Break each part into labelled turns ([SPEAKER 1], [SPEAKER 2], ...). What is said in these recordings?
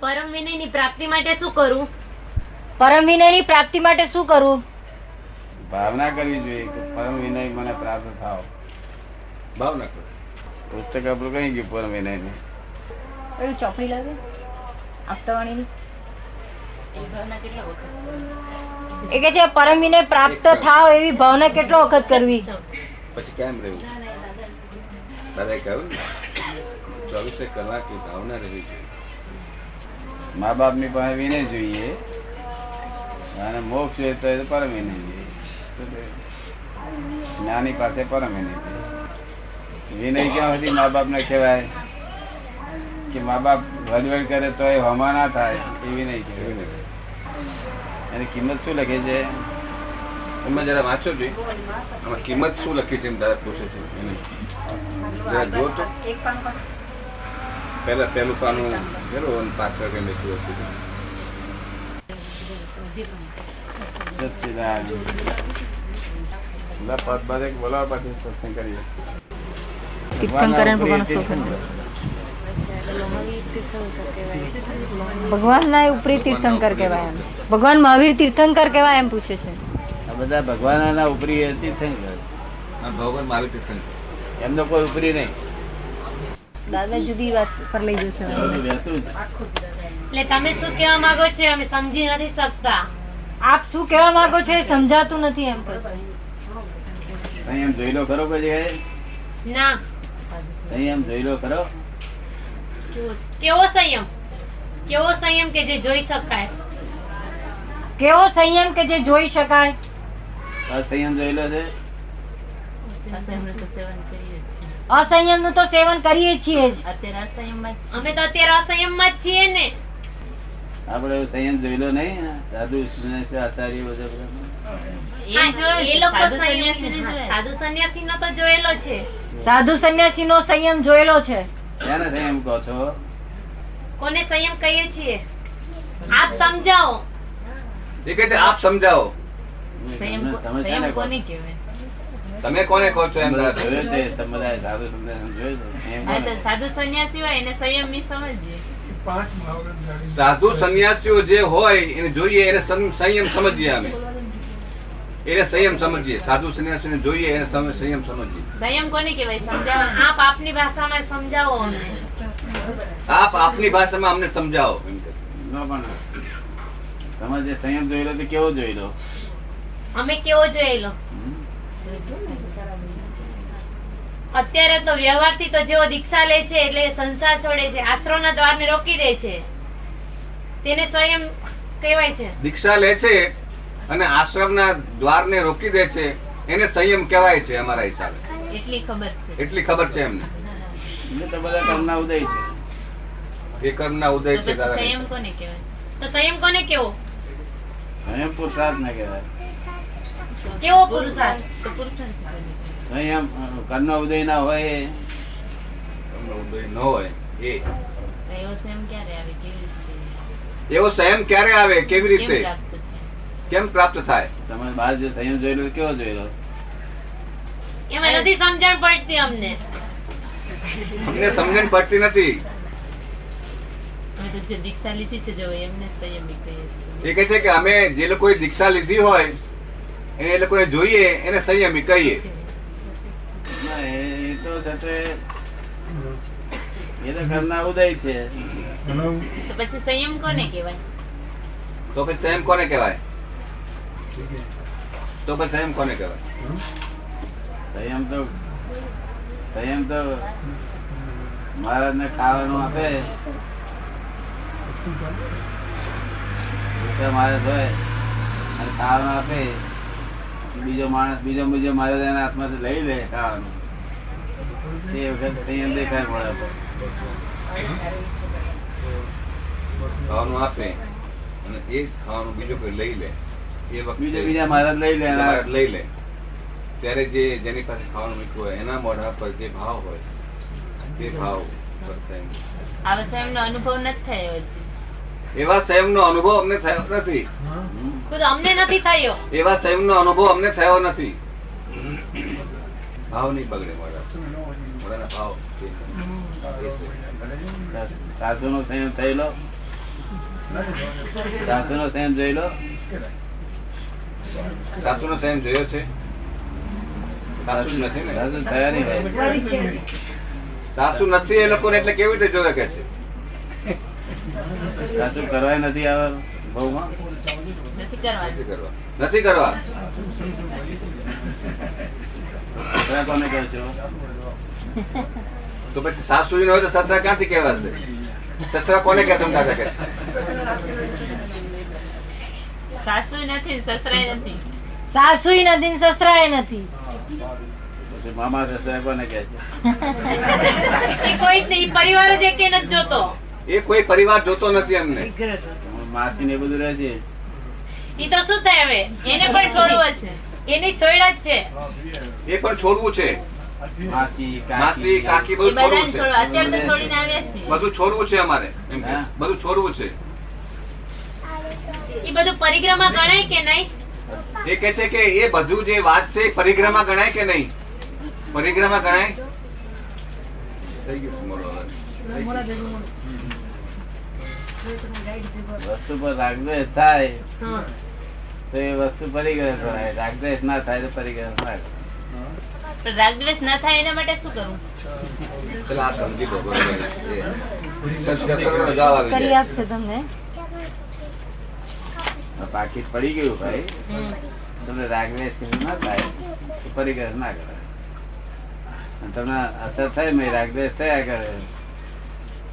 [SPEAKER 1] પરમ વિનયની પ્રાપ્તિ માટે શું કરું
[SPEAKER 2] પરમ વિનયની પ્રાપ્તિ માટે શું કરવું
[SPEAKER 3] ભાવના કરવી જોઈએ કે પરમ વિનય મને પ્રાપ્ત થાવ
[SPEAKER 4] ભાવના કરો
[SPEAKER 3] પુસ્તક આપણું કઈ ગયું પરમ વિનય ને
[SPEAKER 2] પેલું ચોપડી લાગે આપતાવાણીની એ કે છે પરમ વિનય પ્રાપ્ત થાવ એવી ભાવના કેટલો વખત કરવી
[SPEAKER 4] પછી કેમ રહેવું દાદાએ કહ્યું ને ચોવીસે કલાક એ ભાવના રહેવી જોઈએ
[SPEAKER 3] મા બાપ ની પાસે વિનય જોઈએ અને મોક્ષ જોઈએ તો એ પરમ વિનય જોઈએ શું કહ્યું? જ્ઞાની પાસે પરમ વિનય જોઈએ વિનય ક્યાં સુધી મા બાપ ને કહેવાય કે મા બાપ વડવડ કરે તો એ હમા ના થાય એ વિનય
[SPEAKER 4] એવું
[SPEAKER 3] કહેવાય
[SPEAKER 4] નહીં
[SPEAKER 3] એની કિંમત શું લખે છે
[SPEAKER 4] એમાં જરા વાંચો જોઈએ આમાં કિંમત શું લખી છે એમ દાદા પૂછે છે એની. જરા જુઓ તો પહેલા પહેલું પાનું પેલું અને પાછળ કઈ લખ્યું હતું
[SPEAKER 3] સચ્ચિદાનંદ. લા પદ બાદ એક બોલાવા પાછું સત્સંગ કરીએ
[SPEAKER 2] કીર્તન કરે ને ભગવાનનું સ્તોત્ર કરે. ભગવાન ના ઉપરી તીર્થંકર કહેવાય એમ ભગવાન મહાવીર તીર્થંકર કહેવાય એમ પૂછે છે
[SPEAKER 3] આ બધા ભગવાનના ઉપરી એ તીર્થંકર
[SPEAKER 4] આ ભગવાન મારું તીર્થંકર
[SPEAKER 3] એમનો કોઈ ઉપરી નહીં
[SPEAKER 2] દાદા જુદી વાત પર લઈ જશે
[SPEAKER 3] બધું વહેતું જ.
[SPEAKER 1] એટલે તમે શું કહેવા માંગો છો અમે સમજી નથી શકતા
[SPEAKER 2] આપ શું કહેવા માંગો છો એ સમજાતું નથી એમ કહે છે.
[SPEAKER 3] અહીં એમ જોઈ લો ખરો કોઈ જગ્યાએ?
[SPEAKER 1] ના
[SPEAKER 3] અહીં એમ જોઈ લો ખરો
[SPEAKER 1] કેવો સંયમ કેવો સંયમ કે જે જોઈ શકાય
[SPEAKER 2] કેવો સંયમ કે જે જોઈ શકાય
[SPEAKER 3] આ સંયમ જોઈ લો છે
[SPEAKER 2] અસંયમ નું તો સેવન કરીએ છીએ જ
[SPEAKER 1] અમે તો અત્યારે અસંયમમાં જ છીએ ને
[SPEAKER 3] આપણે એવું સંયમ જોઈ લો નહીં સાધુ સંન્યાસી, આચાર્ય બધા બધા?
[SPEAKER 1] હા, એ લોકો સંન્યાસીને જોયા. સાધુ સંન્યાસીનો તો જોયેલો છે
[SPEAKER 2] સાધુ સંન્યાસી નો સંયમ જોયેલો છે
[SPEAKER 3] ક્યાંના સંયમ કહો છો
[SPEAKER 1] કોને સંયમ કહીએ છીએ આપ સમજાવો
[SPEAKER 4] એ કહે છે આપ સમજાવો
[SPEAKER 3] તમે ક્યાંના કહો છો?
[SPEAKER 4] તમે કોને કહો છો એમ
[SPEAKER 3] તમે
[SPEAKER 4] દાદા
[SPEAKER 3] જોયો છે તમે બધા સાધુ સંન્યાસી જોયો છે? સંયમ કોને કહો?
[SPEAKER 1] સાધુ
[SPEAKER 4] સાધુ
[SPEAKER 1] સંન્યાસી હોય એને સંયમ સમજીએ
[SPEAKER 4] સંન્યાસીઓ જે હોય એને જોઈએ એને સં- સંયમ સમજીએ અમે એને સંયમ સમજીએ સાધુ સંન્યાસીને જોઈએ એને સમ- સંયમ સમજીએ
[SPEAKER 1] સંયમ કોને કહેવાય સમજાવો આપ આપની ભાષામાં સમજાવો અમને
[SPEAKER 4] આપ આપની ભાષામાં અમને સમજાવો એમ કહે.
[SPEAKER 3] ન પણ તમે જે સંયમ જોઈ લો તે કેવો જોઈ લો
[SPEAKER 1] અમે કેવો જોયેલો
[SPEAKER 3] હમ?
[SPEAKER 1] અત્યારે તો વ્યવહારથી તો જેવો દીક્ષા લે છે એટલે સંસાર છોડે છે આશ્રમના દ્વારને રોકી દે છે તેને સંયમ કહેવાય છે
[SPEAKER 4] દીક્ષા લે છે અને આશ્રમના દ્વારને રોકી દે છે એને સંયમ કહેવાય છે અમારા હિસાબે
[SPEAKER 1] એટલી ખબર છે
[SPEAKER 4] એટલી ખબર છે એમને
[SPEAKER 3] એટલે તો બધા કર્મના ઉદય છે
[SPEAKER 4] એ કર્મના ઉદય
[SPEAKER 1] તો
[SPEAKER 4] છે
[SPEAKER 1] પછી
[SPEAKER 4] દાદા
[SPEAKER 1] સંયમ કોને કહેવાય તો સંયમ કોને કેવો
[SPEAKER 3] સંયમ પુરુષાર્થ ના કહેવાય
[SPEAKER 1] કેવો પુરુષાર્થ
[SPEAKER 3] સંયમ કર્મનો ઉદય ના હોય
[SPEAKER 4] કર્મનો ઉદય ન હોય એ
[SPEAKER 1] એવો સંયમ ક્યારે આવે કેવી
[SPEAKER 4] એવો સંયમ ક્યારે આવે કેવી
[SPEAKER 1] રીતે કેમ
[SPEAKER 4] રીતે
[SPEAKER 1] પ્રાપ્ત થાય?
[SPEAKER 4] કેમ પ્રાપ્ત થાય
[SPEAKER 3] તમે બહાર જે સંયમ જોયેલો કેવો જોયેલો
[SPEAKER 1] એમાં નથી સમજણ પડતી અમને
[SPEAKER 4] અમને સમજણ પડતી નથી
[SPEAKER 1] અમે તો જે દીક્ષા લીધી છે જો એમને સંયમી કહીએ છીએ.
[SPEAKER 4] એ કહે છે કે અમે જે લોકોએ દીક્ષા લીધી હોય એને એ લોકોએ જોઈએ એને સંયમી કહીએ
[SPEAKER 3] ના, એ એ તો છે તે એ તો કર્મના ઉદય છે
[SPEAKER 1] તો પછી સંયમ કોને કહેવાય
[SPEAKER 4] તો પછી સંયમ કોને કહેવાય તો પછી સંયમ કોને કહેવાય
[SPEAKER 3] સંયમ તો સંયમ તો મહારાજને ખાવાનું આપે ભૂખ્યા માણસ હોય અને ખાવાનું આપે બીજો માણસ બીજો બીજો માણસ એના હાથમાંથી લઈ લે ખાવાનું તે વખત સંયમ દેખાય મળે
[SPEAKER 4] ખાવાનું આપે અને એ જ ખાવાનું બીજો કોઈ લઈ લે એ
[SPEAKER 3] બીજા
[SPEAKER 4] વખતે
[SPEAKER 3] બીજા મહારાજ લઈ લે એના
[SPEAKER 4] તમારે લઈ લે ત્યારે જે જેની પાસે ખાવાનું મીઠું હોય એના મોઢા પર જે ભાવ હોય તે ભાવ પર સંયમ.
[SPEAKER 1] આવા સંયમનો અનુભવ નથી થયો હજી.
[SPEAKER 4] એવા સંયમનો અનુભવ અમને થયો નથી
[SPEAKER 3] હમ.
[SPEAKER 1] ખુદ અમને નથી થયો
[SPEAKER 4] એવા સંયમનો અનુભવ અમને થયો નથી ભાવ નહીં બગડે મોઢા મોઢાના ભાવ એ છે.
[SPEAKER 3] સાસુનો સંયમ થયેલો સાસુ નો સંયમ જોઈ લો
[SPEAKER 4] સાસુનો સંયમ જોયો છે સાસુ જ નથી ને
[SPEAKER 3] સાસુ થયા નહીં હોય.
[SPEAKER 4] સાસુ નથી એ લોકોને એટલે કેવી રીતે જોવે કે છે
[SPEAKER 3] સાસુ કરવાય નથી આવે બહુમાં
[SPEAKER 1] નથી કરવાનું
[SPEAKER 4] નથી કરવા નથી કરવા
[SPEAKER 3] તમે કોને કહો છો
[SPEAKER 4] તો પછી સાસુ હોય તો સસરા ક્યાંથી કહેવાશે સસરા કોને કે સમજાતા કે
[SPEAKER 1] સાસુ નથી સસરાય નથી
[SPEAKER 2] સાસુય નથી ને સસરાય નથી
[SPEAKER 3] પછી મામા સસરા કોને કહે છે
[SPEAKER 1] એ કોઈ જ નહીં ઈ પરિવાર જ એકે નથી જોતો
[SPEAKER 4] એ કોઈ પરિવાર જોતો નથી અમને
[SPEAKER 3] હું માસી ને એ બધું રહે છે
[SPEAKER 1] ઈ તો શું થાય હવે એને પણ છોડવો છે એની છોડ્યા જ છે
[SPEAKER 4] એ પણ છોડવું છે
[SPEAKER 3] માસી
[SPEAKER 4] માસી કાકી
[SPEAKER 1] એ
[SPEAKER 4] બધું
[SPEAKER 1] બધાને
[SPEAKER 4] છોડવું છે
[SPEAKER 1] છોડવા અત્યારે તો છોડીને આવ્યા જ છીએ.
[SPEAKER 4] બધું છોડવું છે અમારે એમ કે.
[SPEAKER 3] હા.
[SPEAKER 4] બધું છોડવું છે
[SPEAKER 1] ઈ બધું પરિક્રમા ગણાય કે નહીં
[SPEAKER 4] એ કે છે કે એ બધું જે વાત છે એ પરિક્રમા ગણાય કે નહીં પરિક્રમા ગણાય થઈ ગયું તમારું હવે. થઈ ગયું.
[SPEAKER 3] વસ્તુ પર રાગદ્વેષ થાય
[SPEAKER 1] હં.
[SPEAKER 3] તો એ વસ્તુ પરિગ્રહ ગણાય રાગદ્વેષ ના થાય તો પરિગ્રહ ના ગણાય.
[SPEAKER 1] પણ રાગદ્વેષ ન થાય એના માટે શું કરવું
[SPEAKER 4] ચાલ આ સમજી લો બરોબર એ. સત્સંગનો જવાબ આવી
[SPEAKER 2] કરી
[SPEAKER 4] જાય.
[SPEAKER 2] આપશે તમને
[SPEAKER 3] આ પાકીટ પડી ગયું ભાઈ
[SPEAKER 1] હમ.
[SPEAKER 3] તમને રાગદ્વેષ કશું ના થાય તો પરિગ્રહ ના કરાય અને તમને અસર થાય મેં રાગદ્વેષ થયા કરે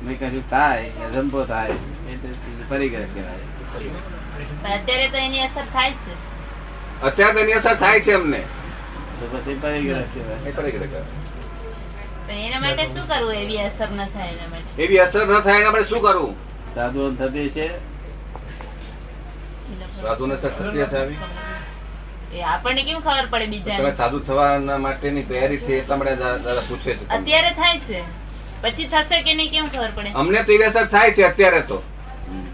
[SPEAKER 3] મેં કશું થાય અજંપો થાય એ તો પરિગ્રહ કહેવાય
[SPEAKER 1] પણ અત્યારે તો એની અસર થાય જ છે
[SPEAKER 4] અત્યારે તેની અસર થાય છે અમને
[SPEAKER 3] તો પછી પરિગ્રહ કહેવાય
[SPEAKER 4] એ પરિગ્રહ કહેવાય.
[SPEAKER 1] પણ એના માટે શું કરવું એવી અસર ન થાય એના માટે
[SPEAKER 4] એવી અસર ન થાય એના માટે શું કરવું
[SPEAKER 3] સાધુઓને થતી છે
[SPEAKER 1] ઈ લોકો-
[SPEAKER 4] સાધુને અસર થતી હશે આવી
[SPEAKER 1] એ આપણને કેમ ખબર પડે
[SPEAKER 4] તમે
[SPEAKER 1] બીજાને
[SPEAKER 4] સાધુ થવાના માટેની તૈયારી છે એટલા માટે દાદા દાદા પૂછે છે તમને.
[SPEAKER 1] અત્યારે થાય છે પછી થશે કે નહીં કેમ ખબર પડે
[SPEAKER 4] અમને તો એવી અસર થાય છે અત્યારે તો
[SPEAKER 3] હમ.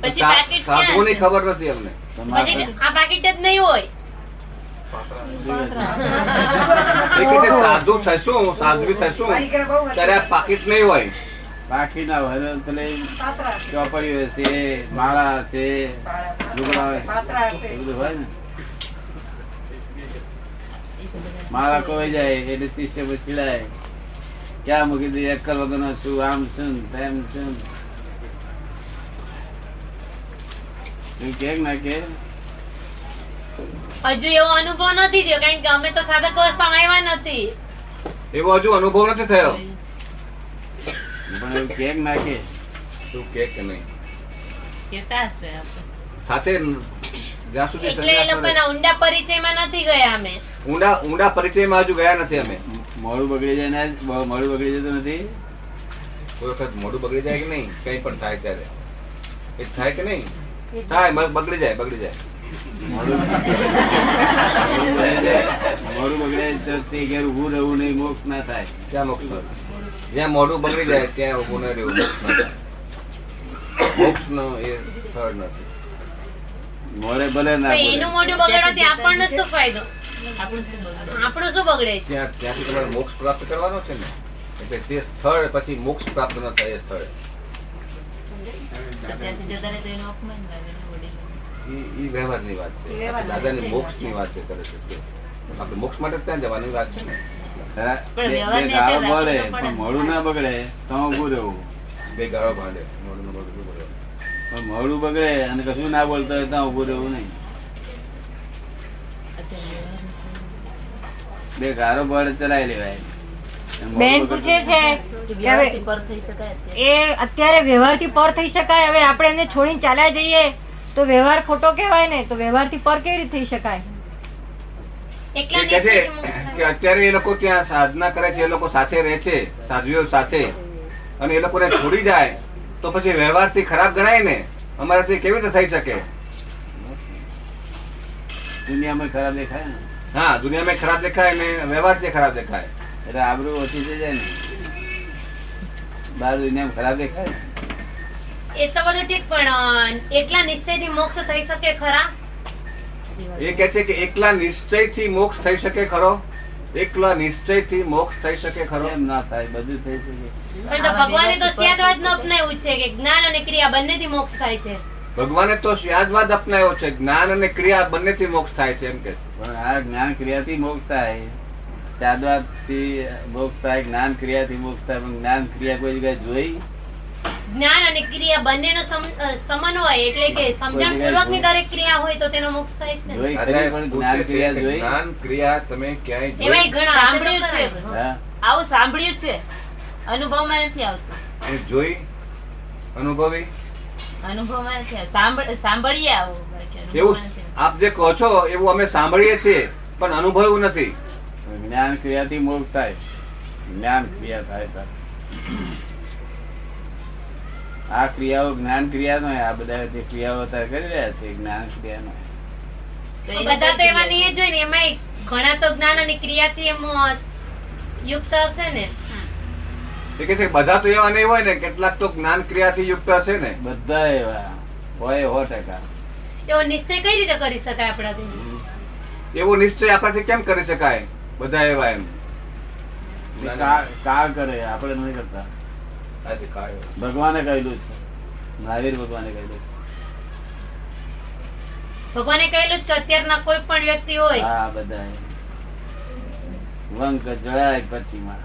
[SPEAKER 1] પછી
[SPEAKER 4] સા-
[SPEAKER 1] પાકીટ ક્યાં
[SPEAKER 4] સાધુઓની
[SPEAKER 1] હશે?
[SPEAKER 4] ખબર નથી અમને
[SPEAKER 3] તો
[SPEAKER 1] પછી
[SPEAKER 3] માથે
[SPEAKER 1] આ પાકીટ જ નહીં હોય
[SPEAKER 4] એ કહે છે, સાધુ થશું સાધ્વી થશું ત્યારે આ પાકીટ નહીં હોય
[SPEAKER 3] પાકીના હોય તો પેલે ચોપડીઓ છે માળા છે લુગડા હોય એ બધું હોય ને માળા કોઈ જાય એટલે શિષ્ય પછી ચીડાય ક્યાં મૂકી દે અક્કલ વગરનો છું આમ છું તેમ છું તું કે ના કે
[SPEAKER 1] હજુ એવો અનુભવ નથી થયો કારણ કે અમે તો સાધક અવસ્થામાં આવ્યા નથી
[SPEAKER 4] એવો હજુ અનુભવ નથી થયો
[SPEAKER 3] પણ એવું કે ના કે
[SPEAKER 4] તું કે કે નહીં
[SPEAKER 1] કેતા હશે આપણે.
[SPEAKER 4] સાથે જ્યાં સુધી
[SPEAKER 1] એટલે એ
[SPEAKER 4] સંન્યાસ
[SPEAKER 1] લોકોના ઊંડા પરિચયમાં નથી ગયા અમે
[SPEAKER 4] વડે- ઊંડા ઊંડા પરિચયમાં હજુ ગયા નથી અમે
[SPEAKER 3] મોડું બગડી જાય ને બહુ મોડું બગડી જતું નથી
[SPEAKER 4] કોઈ વખત મોઢું બગડી જાય કે નહીં કંઈ પણ થાય ત્યારે એ થાય કે નહીં થાય મગ- બગડી જાય બગડી જાય
[SPEAKER 3] મોડું મોડું બગડી જાય. મોડું બગડે તો તે ઘેર ઊભું રહેવું નહીં મોક્ષ ના થાય
[SPEAKER 4] ક્યાં મોક્ષ મળે? જ્યાં મોઢું બગડી જાય ત્યાં ઊભું ન રહેવું મોક્ષનો એ સ્થળ નથી
[SPEAKER 3] મોડે ભલે
[SPEAKER 1] પણ
[SPEAKER 3] ના
[SPEAKER 1] એનું
[SPEAKER 3] બોલે.
[SPEAKER 1] મોઢું બગડવાથી આપણને શું ફાયદો આપણું શું બગડે છે
[SPEAKER 4] ત્યાં ત્યાંથી તમારે મોક્ષ પ્રાપ્ત કરવાનો છે ને એટલે તે સ્થળ પછી મોક્ષ પ્રાપ્ત ન થાય એ સ્થળે
[SPEAKER 1] ત્યાંથી જતા રહે તો એનું અપમાન લાગે ને વડીલોને.
[SPEAKER 4] ઈ ઈ વ્યવહારની વાત છે આપણે દાદાની મોક્ષની વાત છે કરે છે તે. આપણે મોક્ષ માટે જ ત્યાં જવાની વાત છે ને
[SPEAKER 3] ખરા? બે-
[SPEAKER 1] પણ
[SPEAKER 3] બે
[SPEAKER 1] વ્યવહારને
[SPEAKER 3] ગાળો
[SPEAKER 1] એટલે
[SPEAKER 3] બોલે,
[SPEAKER 1] રાખવું તો
[SPEAKER 3] પણ
[SPEAKER 1] પડે.
[SPEAKER 3] મોડું ના બગડે તો ઊભું રહેવું
[SPEAKER 4] બે ગાળો ભાંડે મોઢું બગડતું બોલે.
[SPEAKER 3] પણ મોડું બગડે અને કશું ના બોલતો હોય તો ઊભું રહેવું નહીં બે ગારો બળ ચલાવી લેવાય અને મોઢું
[SPEAKER 2] બેન
[SPEAKER 3] બગડતું-
[SPEAKER 2] પૂછે છે
[SPEAKER 1] કે
[SPEAKER 2] કે હવે
[SPEAKER 1] વ્યવહારથી પર થઈ શકાય
[SPEAKER 2] એ
[SPEAKER 1] અત્યારે.
[SPEAKER 2] અત્યારે વ્યવહારથી પર થઈ શકાય હવે આપણે એને છોડીને ચાલ્યા જઈએ તો વ્યવહાર ખોટો કહેવાય ને તો વ્યવહારથી પર કેવી રીતે થઈ શકાય
[SPEAKER 1] એકલા
[SPEAKER 4] એ કહે છે
[SPEAKER 1] નહીં
[SPEAKER 4] કે અત્યારે એ લોકો ત્યાં સાધના કરે છે એ લોકો સાથે રહે છે સાધ્વીઓ સાથે અને એ લોકોને છોડી જાય તો પછી વ્યવહારથી ખરાબ ગણાય ને અમારાથી કેવી રીતે થઈ શકે
[SPEAKER 3] દુનિયામાં ખરાબ દેખાય ને
[SPEAKER 4] હા દુનિયામાં ખરાબ દેખાય ને વ્યવહારથી ખરાબ દેખાય
[SPEAKER 3] એટલે આબરૂ ઓછી થઈ જાય ને બહાર દુનિયામાં ખરાબ દેખાય ને.
[SPEAKER 1] એ તો બધું ઠીક પણ અ, એકલા નિશ્ચયથી મોક્ષ થઈ શકે ખરા
[SPEAKER 4] એ કહે છે કે એકલા નિશ્ચયથી મોક્ષ થઈ શકે ખરો એકલા નિશ્ચયથી મોક્ષ થઈ શકે ખરો
[SPEAKER 3] એમ ના થાય બધું થઈ શકે
[SPEAKER 1] પણ તો ભગવાને તો ત્યાગવાદ નો અપનાવ્યું જ છે કે જ્ઞાન અને ક્રિયા બંનેથી મોક્ષ થાય છે
[SPEAKER 4] ભગવાને તો સ્યાદવાદ અપનાવ્યો છે જ્ઞાન અને ક્રિયા બંનેથી મોક્ષ થાય છે એમ કે છે.
[SPEAKER 3] પણ આ જ્ઞાન ક્રિયાથી મોક્ષ થાય ત્યાદવાદથી મોક્ષ થાય જ્ઞાન ક્રિયાથી મોક્ષ થાય પણ જ્ઞાન ક્રિયા કોઈ જગ્યાએ જોઈ
[SPEAKER 1] જ્ઞાન અને ક્રિયા બંનેનો સમ- અ, સમન્વય એટલે કે સમજણ પૂર્વકની દરેક ક્રિયા હોય તો તેનો મોક્ષ થાય છે ને.
[SPEAKER 3] જોઈ
[SPEAKER 4] આજે
[SPEAKER 3] ખરી પણ
[SPEAKER 4] પૂછે
[SPEAKER 3] જ્ઞાન
[SPEAKER 4] છે
[SPEAKER 3] ક્રિયા
[SPEAKER 4] કે
[SPEAKER 3] જોઈ
[SPEAKER 4] જ્ઞાન ક્રિયા તમે ક્યાંય જોઈ
[SPEAKER 1] એમાંય ઘણા સાંભળ્યું છે
[SPEAKER 3] હા
[SPEAKER 1] આવું સાંભળ્યું છે અનુભવમાં નથી આવતું
[SPEAKER 4] એ જોઈ અનુભવી
[SPEAKER 1] અનુભવમાં નથી આવતું સાંભળ- સાંભળીએ આવું બાકી
[SPEAKER 4] એવું
[SPEAKER 1] અનુભવમાં નથી આવતું.
[SPEAKER 4] આપ જે કહો છો એવું અમે સાંભળીએ છીએ પણ અનુભવ્યું નથી
[SPEAKER 3] પણ જ્ઞાન ક્રિયાથી મોક્ષ થાય જ્ઞાન ક્રિયા થાય ત્યારે. આ ક્રિયાઓ જ્ઞાન ક્રિયા નો આ બધા જે ક્રિયાઓ અત્યારે કરી રહ્યા છે એ જ્ઞાન ક્રિયા નો
[SPEAKER 1] તો બધા તો એવા નહીં જોઈએ ને એમાંય ઘણા તો જ્ઞાન અને ક્રિયાથી એમ અ, યુક્ત હશે ને
[SPEAKER 4] એ કે છે કે બધા તો એવા નહીં હોય ને કેટલાક તો જ્ઞાન ક્રિયાથી યુક્ત હશે ને
[SPEAKER 3] બધા એવા હોય સો ટકા
[SPEAKER 1] એવો નિશ્ચય કઈ રીતે કરી શકાય આપણાથી
[SPEAKER 4] એવો નિશ્ચય આપણાથી કેમ કરી શકાય બધા એવા એમ
[SPEAKER 3] એ કાળ- કાળ કરે આપણે નથી કરતા
[SPEAKER 4] આજે કાળો.
[SPEAKER 3] ભગવાને કહેલું છે મહાવીર ભગવાને કહેલું
[SPEAKER 1] ભગવાને કહેલું જ કે અત્યારના કોઈ પણ વ્યક્તિ
[SPEAKER 3] છે
[SPEAKER 1] હોય
[SPEAKER 3] હા બધા વંક જળાય પછી માં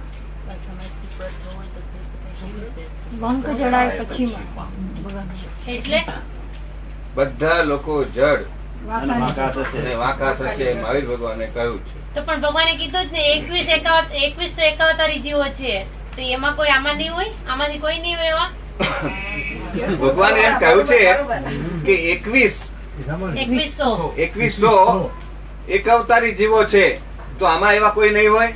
[SPEAKER 2] બંક જડાય પછી ભગવાન.
[SPEAKER 1] એટલે
[SPEAKER 4] બધા લોકો જડ
[SPEAKER 3] અને
[SPEAKER 2] વાંકા.
[SPEAKER 3] મકાન થશે.
[SPEAKER 4] અને વાંકા થશે એમ મહાવીર ભગવાને કહ્યું છે
[SPEAKER 1] તો પણ ભગવાને કીધું જ ને એકવીસ એકાવત એકવીસ તો એકાવતારી જીવો છે તો એમાં કોઈ આમાં નહીં હોય આમાંથી કોઈ નહીં હોય એવા
[SPEAKER 4] ભગવાને એમ કહ્યું છે કે એકવીસ
[SPEAKER 1] એકવીસો
[SPEAKER 4] એકવીસો એક અવતારી જીવો છે તો આમાં એવા કોઈ નહીં હોય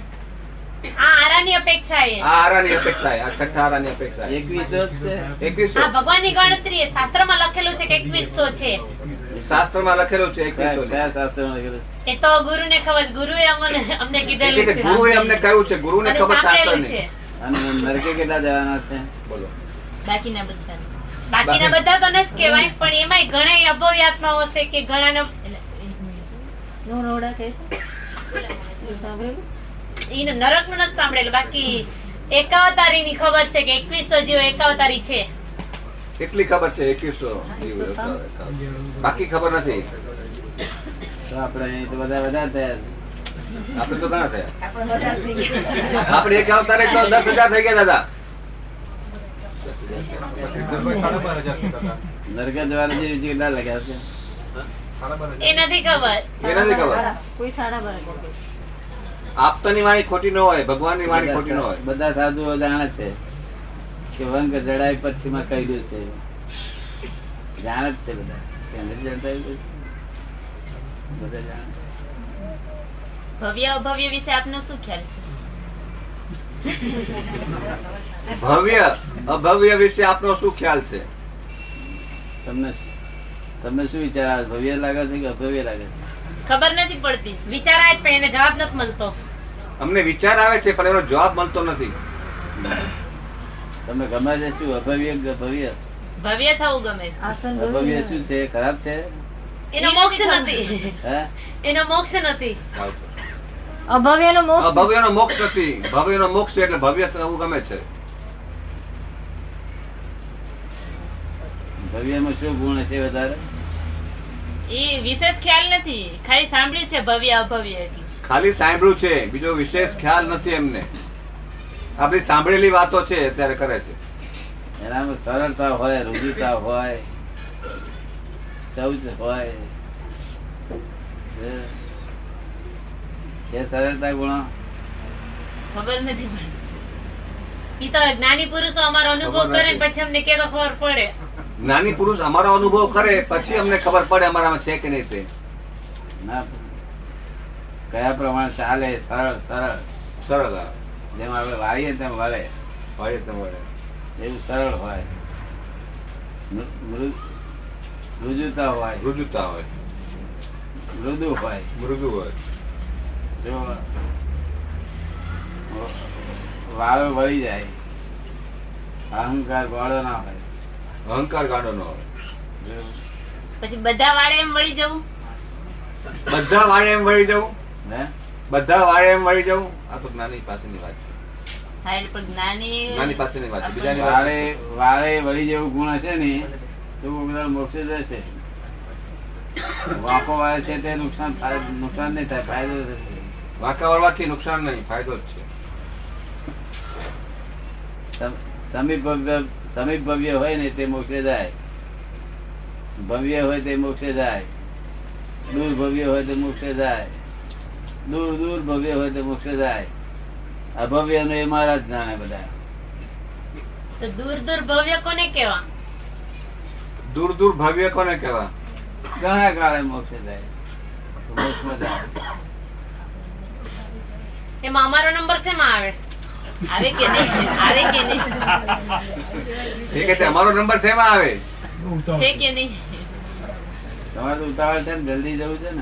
[SPEAKER 1] આ આરાની અપેક્ષા એ
[SPEAKER 4] આ આરાની અપેક્ષા છે, આ છઠ્ઠા આરાની અપેક્ષા છે.
[SPEAKER 3] એકવીસ જ છે
[SPEAKER 4] એકવીસો
[SPEAKER 1] હા ભગવાનની ગણતરી એ શાસ્ત્રમાં લખેલું છે કે એકવીસો છે
[SPEAKER 4] શાસ્ત્રમાં લખેલું છે એકવીસો
[SPEAKER 3] કયા- કયા શાસ્ત્રમાં લખેલું છે?
[SPEAKER 1] એ તો ગુરુને ખબર ગુરુએ અમને અમને કીધેલું છે
[SPEAKER 4] ગુરુએ અમને કહ્યું છે ગુરુને
[SPEAKER 1] અને
[SPEAKER 4] ખબર
[SPEAKER 1] સાંભળેલું
[SPEAKER 4] શાસ્ત્રની.
[SPEAKER 1] છે
[SPEAKER 3] અને નરકે કેટલા જવાના છે
[SPEAKER 4] બોલો
[SPEAKER 1] બાકીના બધા બાકીના બધા તો નથી કહેવાય પણ એમાંય ઘણા અભવ્ય આત્માઓ હશે કે ઘણાને
[SPEAKER 2] નો રોડા કહે છે? સાંભળેલું?
[SPEAKER 1] ઈને નરકનું નથી સાંભળેલું બાકી એકાવતારીની ખબર છે કે એકવીસો જીવો એકાવતારી છે
[SPEAKER 4] કેટલી ખબર છે એકવીસો જીવો બાકી ખબર નથી
[SPEAKER 3] તો આપણે અહીં તો બધા વધારે થયા છે.
[SPEAKER 4] આપણે તો ઘણા થયા આપણે એક અવતારે તો દસ હજાર થઈ ગયા દાદા
[SPEAKER 3] નરકે જવાના જે કેટલા લખ્યા છે
[SPEAKER 1] એ નથી ખબર
[SPEAKER 4] એ નથી ખબર
[SPEAKER 2] કોઈ સાડા બાર હજાર.
[SPEAKER 4] આપતાની વાણી ખોટી ન હોય ભગવાનની વાણી ખોટી ન
[SPEAKER 3] બધા
[SPEAKER 4] હોય
[SPEAKER 3] બધા સાધુઓ જાણે છે કે વંક જડાય પછી માં કહ્યું છે જાણે જ છે બધા કે નથી જાણતા એવું કશું? બધા જાણે છે.
[SPEAKER 1] ભવ્ય અભવ્ય વિશે આપનો શું ખ્યાલ છે
[SPEAKER 4] ભવ્ય અભવ્ય વિશે આપનો શું ખ્યાલ છે
[SPEAKER 3] તમને તમને શું વિચાર આવે છે? ભવ્ય લાગે છે કે અભવ્ય લાગે છે
[SPEAKER 1] ખબર નથી પડતી વિચારાય જ પણ એને જવાબ નથી મળતો
[SPEAKER 4] અમને વિચાર આવે છે પણ એનો જવાબ મળતો નથી
[SPEAKER 3] તમને ગમે છે શું અભવ્ય કે ભવ્ય
[SPEAKER 1] ભવ્ય થવું ગમે
[SPEAKER 2] આસન
[SPEAKER 3] અભવ્ય
[SPEAKER 2] ભરી
[SPEAKER 3] શું છે ખરાબ છે
[SPEAKER 1] એનો મોક્ષ નથી
[SPEAKER 3] હે
[SPEAKER 1] એનો મોક્ષ નથી
[SPEAKER 2] અભવ્યનો મોક્ષ
[SPEAKER 4] ભવ્યનો મોક્ષ નથી ભવ્યનો મોક્ષ છે એટલે ભવ્ય થવું ગમે છે
[SPEAKER 3] ભવ્યમાં શું ગુણ છે વધારે
[SPEAKER 1] એ વિશેષ ખ્યાલ નથી ખાલી સાંભળ્યું છે ભવ્ય અભવ્ય એટલે
[SPEAKER 4] ખાલી સાંભળ્યું છે બીજો વિશેષ ખ્યાલ નથી એમને આપણી સાંભળેલી વાતો છે અત્યારે કરે છે
[SPEAKER 3] એનામાં સરળતા હોય રુજુતા હોય શૌચ હોય છે. છે સરળતા ગુણો
[SPEAKER 1] ખબર નથી પડતી. ઈ તો જ્ઞાની પુરુષો અમારો અનુભવ કરે ને પછી અમને કેતો ખબર પડે
[SPEAKER 4] જ્ઞાની પુરુષ અમારો અનુભવ કરે પછી અમને ખબર પડે અમારામાં છે કે નહીં તે
[SPEAKER 3] ના કયા પ્રમાણે ચાલે સરળ સરળ
[SPEAKER 4] સરળ આ.
[SPEAKER 3] જેમ આપણે વાળીએ તેમ વળે
[SPEAKER 4] હોય તમારે
[SPEAKER 3] એવું સરળ હોય મૃ- મૃ- રુજુતા હોય
[SPEAKER 4] મૃદુતા હોય
[SPEAKER 3] મૃદુ હોય
[SPEAKER 4] મૃદુ હોય
[SPEAKER 3] જો વાળો વળી જાય અહંકાર ગોળો ના હોય
[SPEAKER 4] અહંકાર ગાડો ન હોય
[SPEAKER 3] જો
[SPEAKER 1] પછી બધા વાળે એમ વળી જવું
[SPEAKER 4] બધા વાળે એમ વળી જવું
[SPEAKER 3] હે
[SPEAKER 4] બધા વાળે એમ વળી જવું આ તો જ્ઞાની પાસેની વાત છે
[SPEAKER 1] હા, એટલે પણ જ્ઞાની
[SPEAKER 4] જ્ઞાની પાસેની વાત છે બીજાની વાત
[SPEAKER 3] વાળે
[SPEAKER 4] નથી.
[SPEAKER 3] વાળે વળી જેવું ગુણ હશે ને તો બધા મોક્ષે જશે વાંકો વાળે છે તે નુકસાન ફાય- નુકસાન નહીં થાય ફાયદો થશે
[SPEAKER 4] વાંકા વળવાથી નુકસાન નહીં ફાયદો જ છે
[SPEAKER 3] સમ- સમીપ ભવ્ય સમીપ ભવ્ય હોય ને તે મોક્ષે જાય ભવ્ય હોય તે મોક્ષે જાય દૂર ભવ્ય હોય તે મોક્ષે જાય દૂર દૂર ભવ્ય હોય તે મોક્ષે જાય અભવ્ય એ મારા જ જાણે બધા
[SPEAKER 1] તો દૂર દૂર ભવ્ય કોને કેવા
[SPEAKER 4] દૂર દૂર ભવ્ય કોને કહેવા
[SPEAKER 3] ઘણા કાળે મોક્ષે જાય મોક્ષમાં જાય
[SPEAKER 1] એમાં અમારો નંબર શેમાં આવે આવે કે નહીં આવે કે નહીં
[SPEAKER 4] એ કહે છે, અમારો નંબર શેમાં આવે
[SPEAKER 1] છે કે નહીં
[SPEAKER 3] તમારે તો ઉતાવળ છે ને જલ્દી જવું છે ને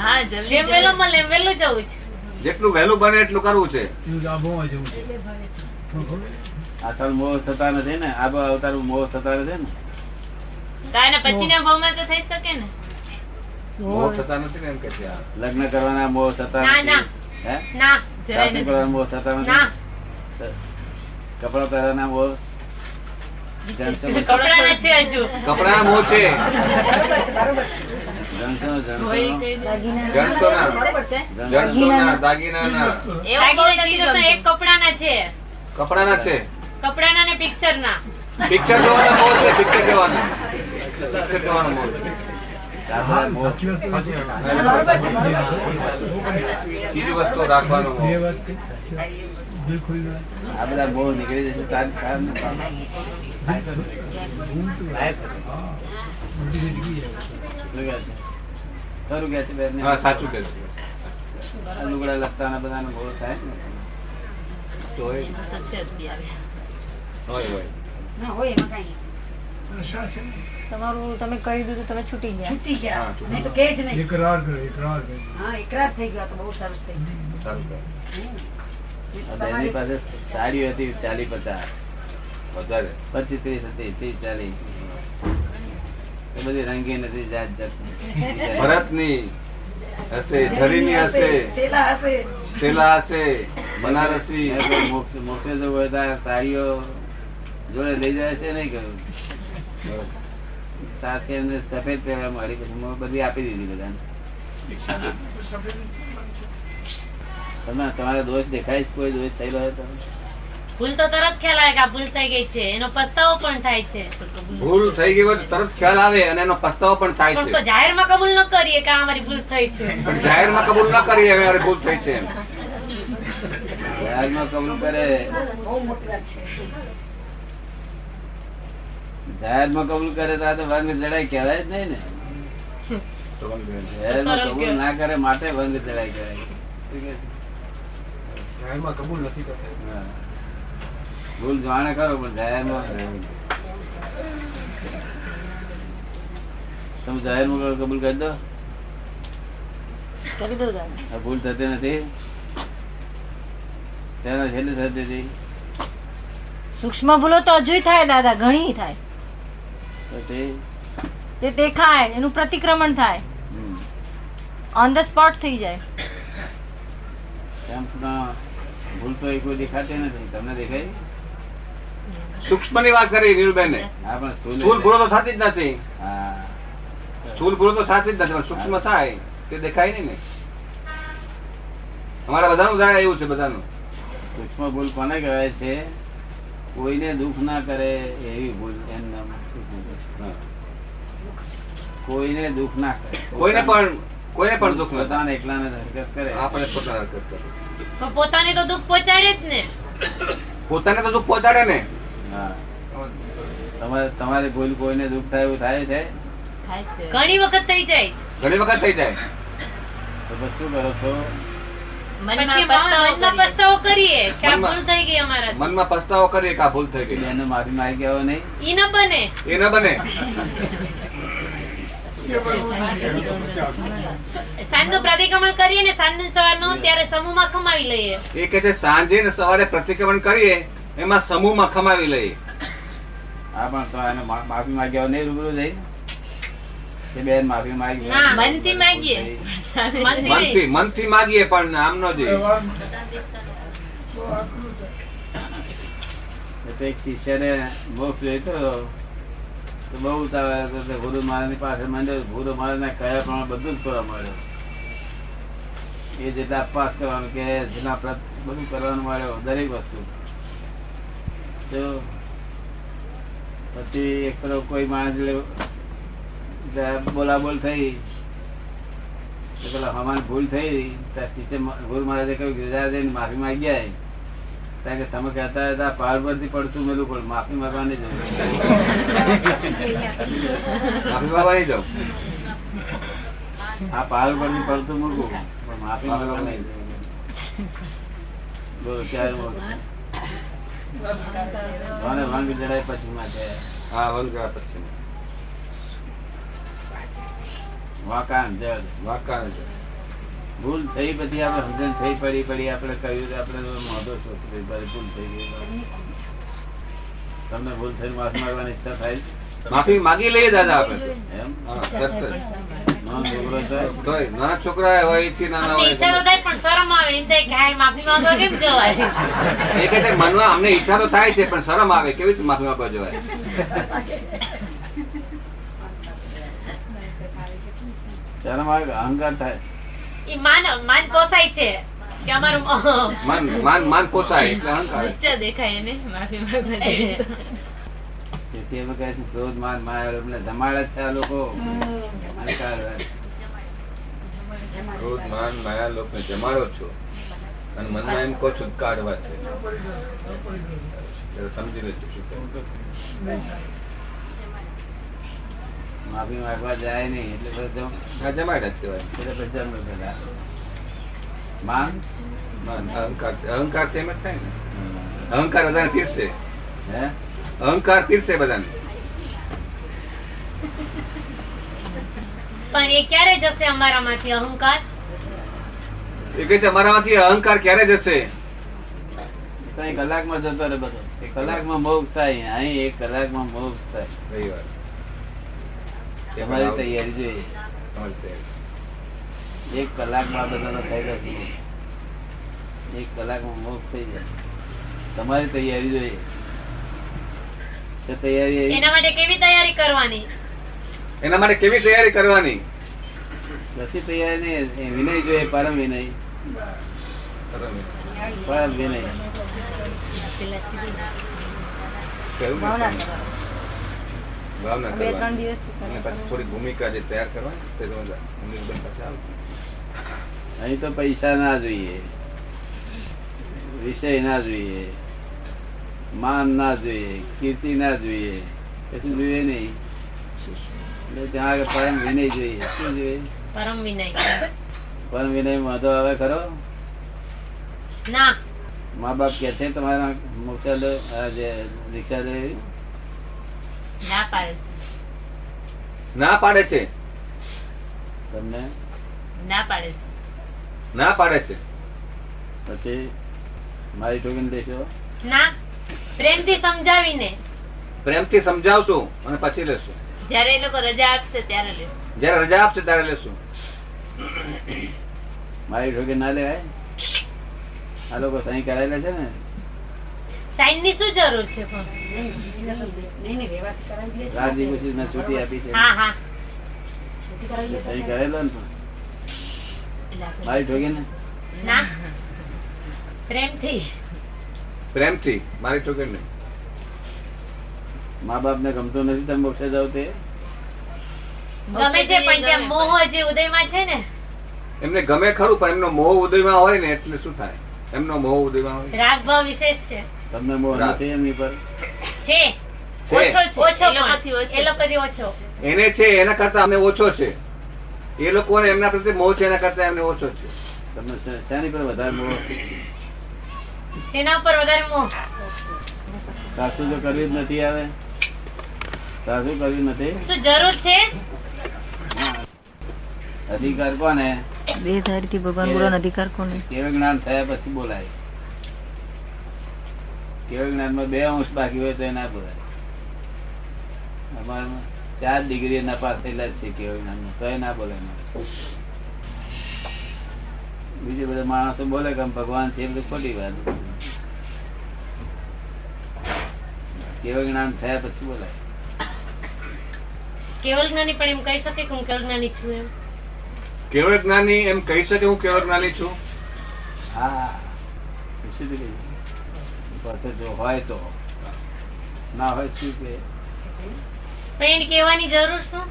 [SPEAKER 1] હા જલ્દી જેમ વહેલો મળે એમ વહેલું જવું છે
[SPEAKER 4] જેટલું વહેલું બને એટલું કરવું છે
[SPEAKER 3] અસલ મોહ થતા નથી ને આબો અવતાર મોહ થતા નથી ને
[SPEAKER 1] કારણ પછીના ભાવમાં તો થઈ શકે ને
[SPEAKER 4] મોહ થતા નથી ને એમ કે છે આ.
[SPEAKER 3] લગ્ન કરવાના મોહ થતા
[SPEAKER 1] ના,
[SPEAKER 3] નથી હે
[SPEAKER 1] ના જરાય
[SPEAKER 3] સાસુ
[SPEAKER 1] નથી
[SPEAKER 3] કરવાના મોહ થતા
[SPEAKER 1] ના
[SPEAKER 3] નથી કપડા પહેરવાના મોહ જણસોમાં-
[SPEAKER 1] કપડાના છે હજુ
[SPEAKER 4] કપડાં મોહ છે
[SPEAKER 3] જણસોમાં- જણસોમાં-
[SPEAKER 1] ધોઈ કઈ દે.
[SPEAKER 3] જણસોમાં-
[SPEAKER 4] જણસોના દાગીનાના
[SPEAKER 1] એવું બહુ નથી જોતા, એક કપડાના છે
[SPEAKER 4] કપડાના છે
[SPEAKER 1] કપડાના ને પિક્ચરના
[SPEAKER 4] પિક્ચર જોવાના મોહ છે પિક્ચર જોવાના પિક્ચર જોવાનો મોહ છે
[SPEAKER 3] સાસુના મોહ.
[SPEAKER 4] ચીજ વસ્તુ રાખવાનો મોહ
[SPEAKER 3] આ બધા મોહ નીકળી જશે તારી ખ્યાલ ન પાડો. શું કહે છે? ખરું કહે છે બેન?
[SPEAKER 4] હા સાચું કહે છે
[SPEAKER 3] આ લુગડા લગતાના બધાનો મોહ થાય ને.
[SPEAKER 4] હોય
[SPEAKER 1] છે અત્યારે.
[SPEAKER 4] હોય હોય
[SPEAKER 2] તમારું તમે કહી દીધું તમે છૂટી ગયા
[SPEAKER 4] હા,
[SPEAKER 5] નહીં તો
[SPEAKER 4] ચૂંટણી.
[SPEAKER 5] કે જ નહીં
[SPEAKER 6] એકરાર કરો એકરાર કરો
[SPEAKER 5] હા એકરાર થઈ ગયો તો બહુ સરસ થઈ ગયું.
[SPEAKER 4] સારું કહે.
[SPEAKER 3] આ બેનની
[SPEAKER 5] તમારી
[SPEAKER 3] પાસે સાડી હતી ચાલી પચાસ
[SPEAKER 4] વધારે
[SPEAKER 3] પચીસ ત્રીસ હતી ત્રીસ ચાલીસ એ બધી રંગીન હતી જાત જાત
[SPEAKER 4] ભરતની હશે ધરીની હશે
[SPEAKER 5] થેલા હશે
[SPEAKER 4] સેલા હશે બનારસી
[SPEAKER 3] મોક્ષે જવું હોય તો આ સાડીઓ જોડે લઈ જાય છે નહીં કહ્યું સાથે એમને સફેદ પહેરવા મળી પછી મેં બધી આપી દીધી બધાને તમે તમારો દોષ દેખાય છે કોઈ દોષ થયેલો હોય તો
[SPEAKER 1] ભૂલ તો તરત ખ્યાલ આવે કે આ ભૂલ થઈ ગઈ છે એનો પસ્તાવો પણ થાય છે
[SPEAKER 4] ભૂલ થઈ ગઈ હોય તો તરત ખ્યાલ આવે અને એનો પસ્તાવો પણ થાય
[SPEAKER 1] પણ તો
[SPEAKER 4] છે
[SPEAKER 1] જાહેરમાં કબૂલ ન કરીએ કે આ અમારી ભૂલ થઈ છે
[SPEAKER 4] પણ જાહેરમાં કબૂલ ના કરીએ હવે મારી ભૂલ થઈ છે એમ.
[SPEAKER 3] જાહેરમાં કબૂલ કરે
[SPEAKER 5] બહુ મોટી વાત છે
[SPEAKER 3] જાહેરમાં કબૂલ કરે તો આ તો વંગ જડાય કહેવાય જ નહીં ને જાહેરમાં કબૂલ ના કરે માટે વંગ જડાય કહેવાય શું કહે છે? હા. ભૂલ જાણે કરો પણ જાહેરમાં તમે જાહેરમાં કબૂલ કરી દો
[SPEAKER 2] કરી દઉં દાદા
[SPEAKER 3] આ ભૂલ થતી નથી તેના છેલ્લે થતી હતી
[SPEAKER 2] સૂક્ષ્મ ભૂલો તો હજુય થાય દાદા ઘણી થાય
[SPEAKER 3] પછી
[SPEAKER 2] તે દેખાય એનું પ્રતિક્રમણ થાય
[SPEAKER 3] હમ.
[SPEAKER 2] ઓન ધ સ્પોટ થઈ જાય
[SPEAKER 3] કેમ ના? ભૂલ તો એ કોઈ દેખાતી નથી તમને દેખાય
[SPEAKER 4] સૂક્ષ્મની વાત કરી નીરુબેને
[SPEAKER 3] હા પણ સ્થૂલ
[SPEAKER 4] સ્થૂલ ભૂલો તો થતી જ નથી
[SPEAKER 3] હા
[SPEAKER 4] સ્થૂલ ભૂલો તો થતી જ નથી પણ સૂક્ષ્મ થાય તે દેખાય નહીં ને અમારા બધાનું થાય એવું છે બધાનું
[SPEAKER 3] સૂક્ષ્મ ભૂલ કોને કહેવાય છે કોઈને દુઃખ ના કરે એવી ભૂલ એમ નામ સૂક્ષ્મ ભૂલ. કોઈને દુઃખ ના કરે
[SPEAKER 4] કોઈને પણ કોઈને પણ દુઃખ નથી
[SPEAKER 3] પોતાને એકલાને હરકત કરે
[SPEAKER 4] આપણે પોતાને હરકત કરવી.
[SPEAKER 1] પણ પોતાને તો દુઃખ પહોંચાડે જ ને
[SPEAKER 4] પોતાને તો દુઃખ પહોંચાડે ને
[SPEAKER 3] હા તમારે તમારી ભૂલ કોઈને દુઃખ થાય એવું થાય છે
[SPEAKER 1] ઘણી વખત થઈ જાય
[SPEAKER 4] ઘણી વખત થઈ જાય
[SPEAKER 3] તો પછી શું કરો છો
[SPEAKER 1] પછી મનમાં મનમાં પસ્તાવો કરીએ કે આ
[SPEAKER 4] મનમાં.
[SPEAKER 1] ભૂલ થઈ ગઈ અમારા
[SPEAKER 4] મનમાં પસ્તાવો કરીએ કે આ ભૂલ થઈ ગઈ
[SPEAKER 3] બેનને માફી માગી આવો નહીં
[SPEAKER 1] ઈ ન બને
[SPEAKER 4] એ ન બને
[SPEAKER 1] સાંજનું પ્રતિક્રમણ કરીએ ને સાંજનું સવારનું ત્યારે સમૂહમાં ખમાવી લઈએ
[SPEAKER 4] એ કે છે સાંજે ને સવારે પ્રતિક્રમણ કરીએ એમાં સમૂહમાં ખમાવી લઈએ À,
[SPEAKER 3] હા પણ તો એને મા- માફી માગી આવો નહીં રૂબરૂ જઈને
[SPEAKER 4] કે બેન માફી માંગી
[SPEAKER 1] ના, મનથી માંગીએ. મનથી
[SPEAKER 3] મનથી
[SPEAKER 1] નહીં.
[SPEAKER 3] મનથી માગીએ પણ આમ ન જોઈએ
[SPEAKER 4] એટલે એક શિષ્યને મોક્ષ જોઈતો હતો, તો બહુ ઉતાવળ હતો એટલે ગુરુ મહારાજની પાસે માંડ્યો ગુરુ મહારાજના કયા પ્રમાણે બધું જ કરવા માંડ્યો એ જેટલા અપવાસ કરવાનું કે જેટલા પ્રત બધું કરવાનું માંડ્યો દરેક વસ્તુ તો પછી એક તરફ કોઈ માણસ એટલે બોલાબોલ થઈ તો પેલા હમાન ભૂલ થઈ ત્યાં શિષ્ય મ- ગુરુ મહારાજે કહ્યું ગુજરાત જઈને માફી માંગ્યા એ. કારણ કે તમે કહેતા હતા પહાડ પરથી પડતું મેલું પણ માફી માંગવાની જરૂર
[SPEAKER 3] માફી માંગવા નહીં જાઉં.
[SPEAKER 4] આ પહાડ પરથી પડતું મૂકવું પણ માફી માંગવાની જરૂર. બોલો ક્યારે બોલો? મને ભંગ જડાય પછી માટે
[SPEAKER 3] હા વનગા પછી
[SPEAKER 4] વાંકાણ જડ
[SPEAKER 3] વાંકા છે.
[SPEAKER 4] ભૂલ થઈ પછી આપણે સમજણ થઈ પડી પડી આપણે કહ્યું તો આપણે તો મોઢો શોધી ભૂલ થઈ ગઈ તમને ભૂલ થઈ માફી માંગવાની ઈચ્છા થાય
[SPEAKER 3] માફી માગી લઈએ દાદા આપણે
[SPEAKER 4] એમ
[SPEAKER 3] હા સત્ય.
[SPEAKER 4] નાનો છોકરો તો
[SPEAKER 3] તોય નાના છોકરા હોય થી નાના
[SPEAKER 1] અમને ઈચ્છા તો
[SPEAKER 3] હોય
[SPEAKER 1] થાય પણ શરમ આવે એમ થાય કે હાય માફી માંગવા કેમ જવાય
[SPEAKER 3] એ કહે છે, મનમાં અમને ઈચ્છા તો થાય છે પણ શરમ આવે કેવી રીતે માફી માંગવા જવાય
[SPEAKER 4] ત્યારે મારે અહંકાર થાય
[SPEAKER 1] ઈ માન માન પોસાય છે કે અમારું અહ,
[SPEAKER 3] મન માન માન પોસાય એટલે અહંકાર આવે.
[SPEAKER 1] ઊંચા દેખાય એને માફી માંગવા જઈએ તો.
[SPEAKER 4] તેથી અમે કહે છે ક્રોધ માન માયા એમને જમાડે જ છે આ લોકો અહંકાર
[SPEAKER 3] ક્રોધ માન માયા લોકને જમાડો છો અને મનમાં એમ કહો છો કે કાઢવા છે એટલે સમજી લેજો શું કહે.
[SPEAKER 4] માફી માંગવા જાય નહીં એટલે બધું
[SPEAKER 3] આ જમાડ્યા જ કહેવાય
[SPEAKER 4] એટલે બધા અમે પેલા માન
[SPEAKER 3] માન અહંકાર છે. અહંકાર તેમ જ થાય ને અહંકાર બધાને પીરશે
[SPEAKER 4] હે
[SPEAKER 3] અહંકાર પીરશે બધાને
[SPEAKER 1] પણ એ ક્યારે જશે અમારામાંથી અહંકાર
[SPEAKER 3] એ કહે છે અમારામાંથી અહંકાર ક્યારે જશે
[SPEAKER 4] તો એ કલાકમાં જતો રહે બધો એ કલાકમાં મોક્ષ થાય અહીં એક કલાકમાં મોક્ષ થાય
[SPEAKER 3] રહી વાત.
[SPEAKER 4] તમારી તૈયારી જોઈએ
[SPEAKER 3] તમારી તૈયારી.
[SPEAKER 4] એક કલાકમાં બધાનો ફાયદો થઈ જાય. એક કલાકમાં મોક્ષ થઈ જાય તમારી તૈયારી જોઈએ તો તૈયારી એવી
[SPEAKER 1] એના માટે કેવી તૈયારી કરવાની
[SPEAKER 3] એના માટે કેવી તૈયારી કરવાની
[SPEAKER 4] કશી તૈયારી નહીં એ વિનય જોઈએ પરમ વિનય પરમ વિનય
[SPEAKER 3] કહ્યું ને
[SPEAKER 2] ભાવના
[SPEAKER 3] તમે.
[SPEAKER 2] કરવાની.
[SPEAKER 3] ભાવના
[SPEAKER 2] બે ત્રણ
[SPEAKER 3] કરવાની.
[SPEAKER 2] દિવસથી
[SPEAKER 3] અને પછી થોડી ભૂમિકા જે તૈયાર કરવાની તે તમારા ભૂમિકા પાસે આવે.
[SPEAKER 4] અહીં તો પૈસા ના જોઈએ વિષય ના જોઈએ માન ના જોઈએ કીર્તિ ના જોઈએ કશું જોઈએ નહીં એટલે ત્યાં આગળ પરમ વિનય જોઈએ શું જોઈએ
[SPEAKER 1] પરમ વિનય
[SPEAKER 4] પરમ વિનય વાંધો આવે ખરો
[SPEAKER 1] ના
[SPEAKER 4] મા બાપ કે છે તમારા મુખ્યાલય આ જે દીક્ષા લે એવી?
[SPEAKER 1] ના પાડે
[SPEAKER 3] ના પાડે છે
[SPEAKER 4] તમને
[SPEAKER 1] ના પાડે
[SPEAKER 3] ના પાડે છે
[SPEAKER 4] પછી મારી ઠોકીને દેશો
[SPEAKER 1] ના પ્રેમથી સમજાવીને
[SPEAKER 3] પ્રેમથી સમજાવશું અને પછી લેશું
[SPEAKER 1] જ્યારે એ લોકો રજા આપશે ત્યારે લેશું
[SPEAKER 3] જ્યારે રજા આપશે ત્યારે લેશું
[SPEAKER 4] મારી ઠોકી ના લેવાય આ લોકો સહી કરાયેલા છે ને
[SPEAKER 1] સાઈન ની શું જરૂર છે પણ
[SPEAKER 2] નહીં, એને તો દે- નહીં, નહીં, વ્યવહારથી કરાવી દે છે.
[SPEAKER 4] રાજી ખુશી મેં છૂટી આપી છે
[SPEAKER 1] હા હા
[SPEAKER 2] છૂટી કરાવી દે છે.
[SPEAKER 4] સહી કરેલો ને પણ. મારી ઠોકીને
[SPEAKER 1] ના પ્રેમથી
[SPEAKER 3] પ્રેમથી મારી ઠોકર નહીં
[SPEAKER 4] મા બાપ ને ગમતું નથી તમે મોક્ષે જાવ તે
[SPEAKER 1] ગમે છે પણ ત્યાં મોહ જે ઉદયમાં છે ને
[SPEAKER 3] એમને ગમે ખરું પણ એમનો મોહ ઉદયમાં હોય ને એટલે શું થાય એમનો મોહ ઉદયમાં હોય
[SPEAKER 1] રાગ ભાવ વિશેષ છે
[SPEAKER 4] તમને મોહ
[SPEAKER 3] બરાબર.
[SPEAKER 4] નથી એમની પર
[SPEAKER 1] છે
[SPEAKER 3] છે.
[SPEAKER 1] ઓછો છે ઓછો પણ. એ લોકોથી ઓછો
[SPEAKER 3] એને છે એના કરતા અમને ઓછો છે એ લોકોને એમના પ્રત્યે મોહ છે એના કરતા એમને ઓછો છે
[SPEAKER 4] તમને શે- શેની પર વધારે મોહ
[SPEAKER 1] તેના ઉપર વધારે મોહ
[SPEAKER 4] સાસુ તો કરવી જ નથી આવે સાસુ કરવી નથી
[SPEAKER 1] શું જરૂર છે
[SPEAKER 4] અધિકાર કોને
[SPEAKER 7] બે ધારથી ભગવાન
[SPEAKER 4] બોલવાનો
[SPEAKER 7] અધિકાર કોને
[SPEAKER 4] કેવ જ્ઞાન થયા પછી બોલાય કેવ જ્ઞાનમાં બે અંશ બાકી હોય તો એ ના બોલાય અમારામાં ચાર ડિગ્રી નપાસ થયેલા જ છે કેવું નામનું કઈ ના બોલે એમાં. બીજે બધા માણસો બોલે કે આમ ભગવાન છે એટલે ખોટી વાત કેવું જ્ઞાન થયા પછી બોલાય
[SPEAKER 1] કેવલ જ્ઞાની પણ એમ કહી શકે કે હું કેવલ જ્ઞાની છું એમ
[SPEAKER 3] કેવળ જ્ઞાની એમ કહી શકે હું કેવળ જ્ઞાની છું
[SPEAKER 4] હા સીધું કહ્યું. પાછું જો હોય તો ના હોય શું કે
[SPEAKER 1] પણ એને કહેવાની જરૂર શું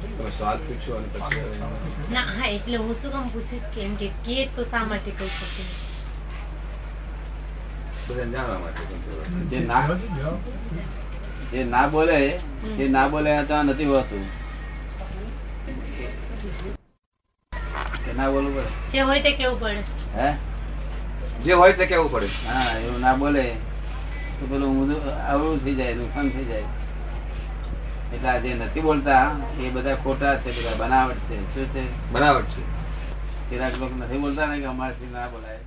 [SPEAKER 3] તમે સવાલ પૂછો અને પછી
[SPEAKER 1] ના હા એટલે હું શું કામ પૂછું છું? કેમ કે કે તો શા માટે કહી શકે
[SPEAKER 3] બધા જાણવા માટે કેમ કેવળ જ્ઞાની.
[SPEAKER 4] જે ના જે ના બોલે જે ના બોલે એના ત્યાં નથી હોતું કે ના બોલવું પડે
[SPEAKER 1] જે હોય તે કેવું પડે
[SPEAKER 4] હે
[SPEAKER 3] જે હોય તે કેવું પડે
[SPEAKER 4] હા એવું ના બોલે તો પેલું ઊંધું અવળું થઈ જાય નુકસાન થઈ જાય એટલે આ જે નથી બોલતા એ બધા ખોટા છે બધા બનાવટ છે શું છે
[SPEAKER 3] બરાબર છે
[SPEAKER 4] કેટલાક લોકો નથી બોલતા ને કે અમારાથી ના બોલાય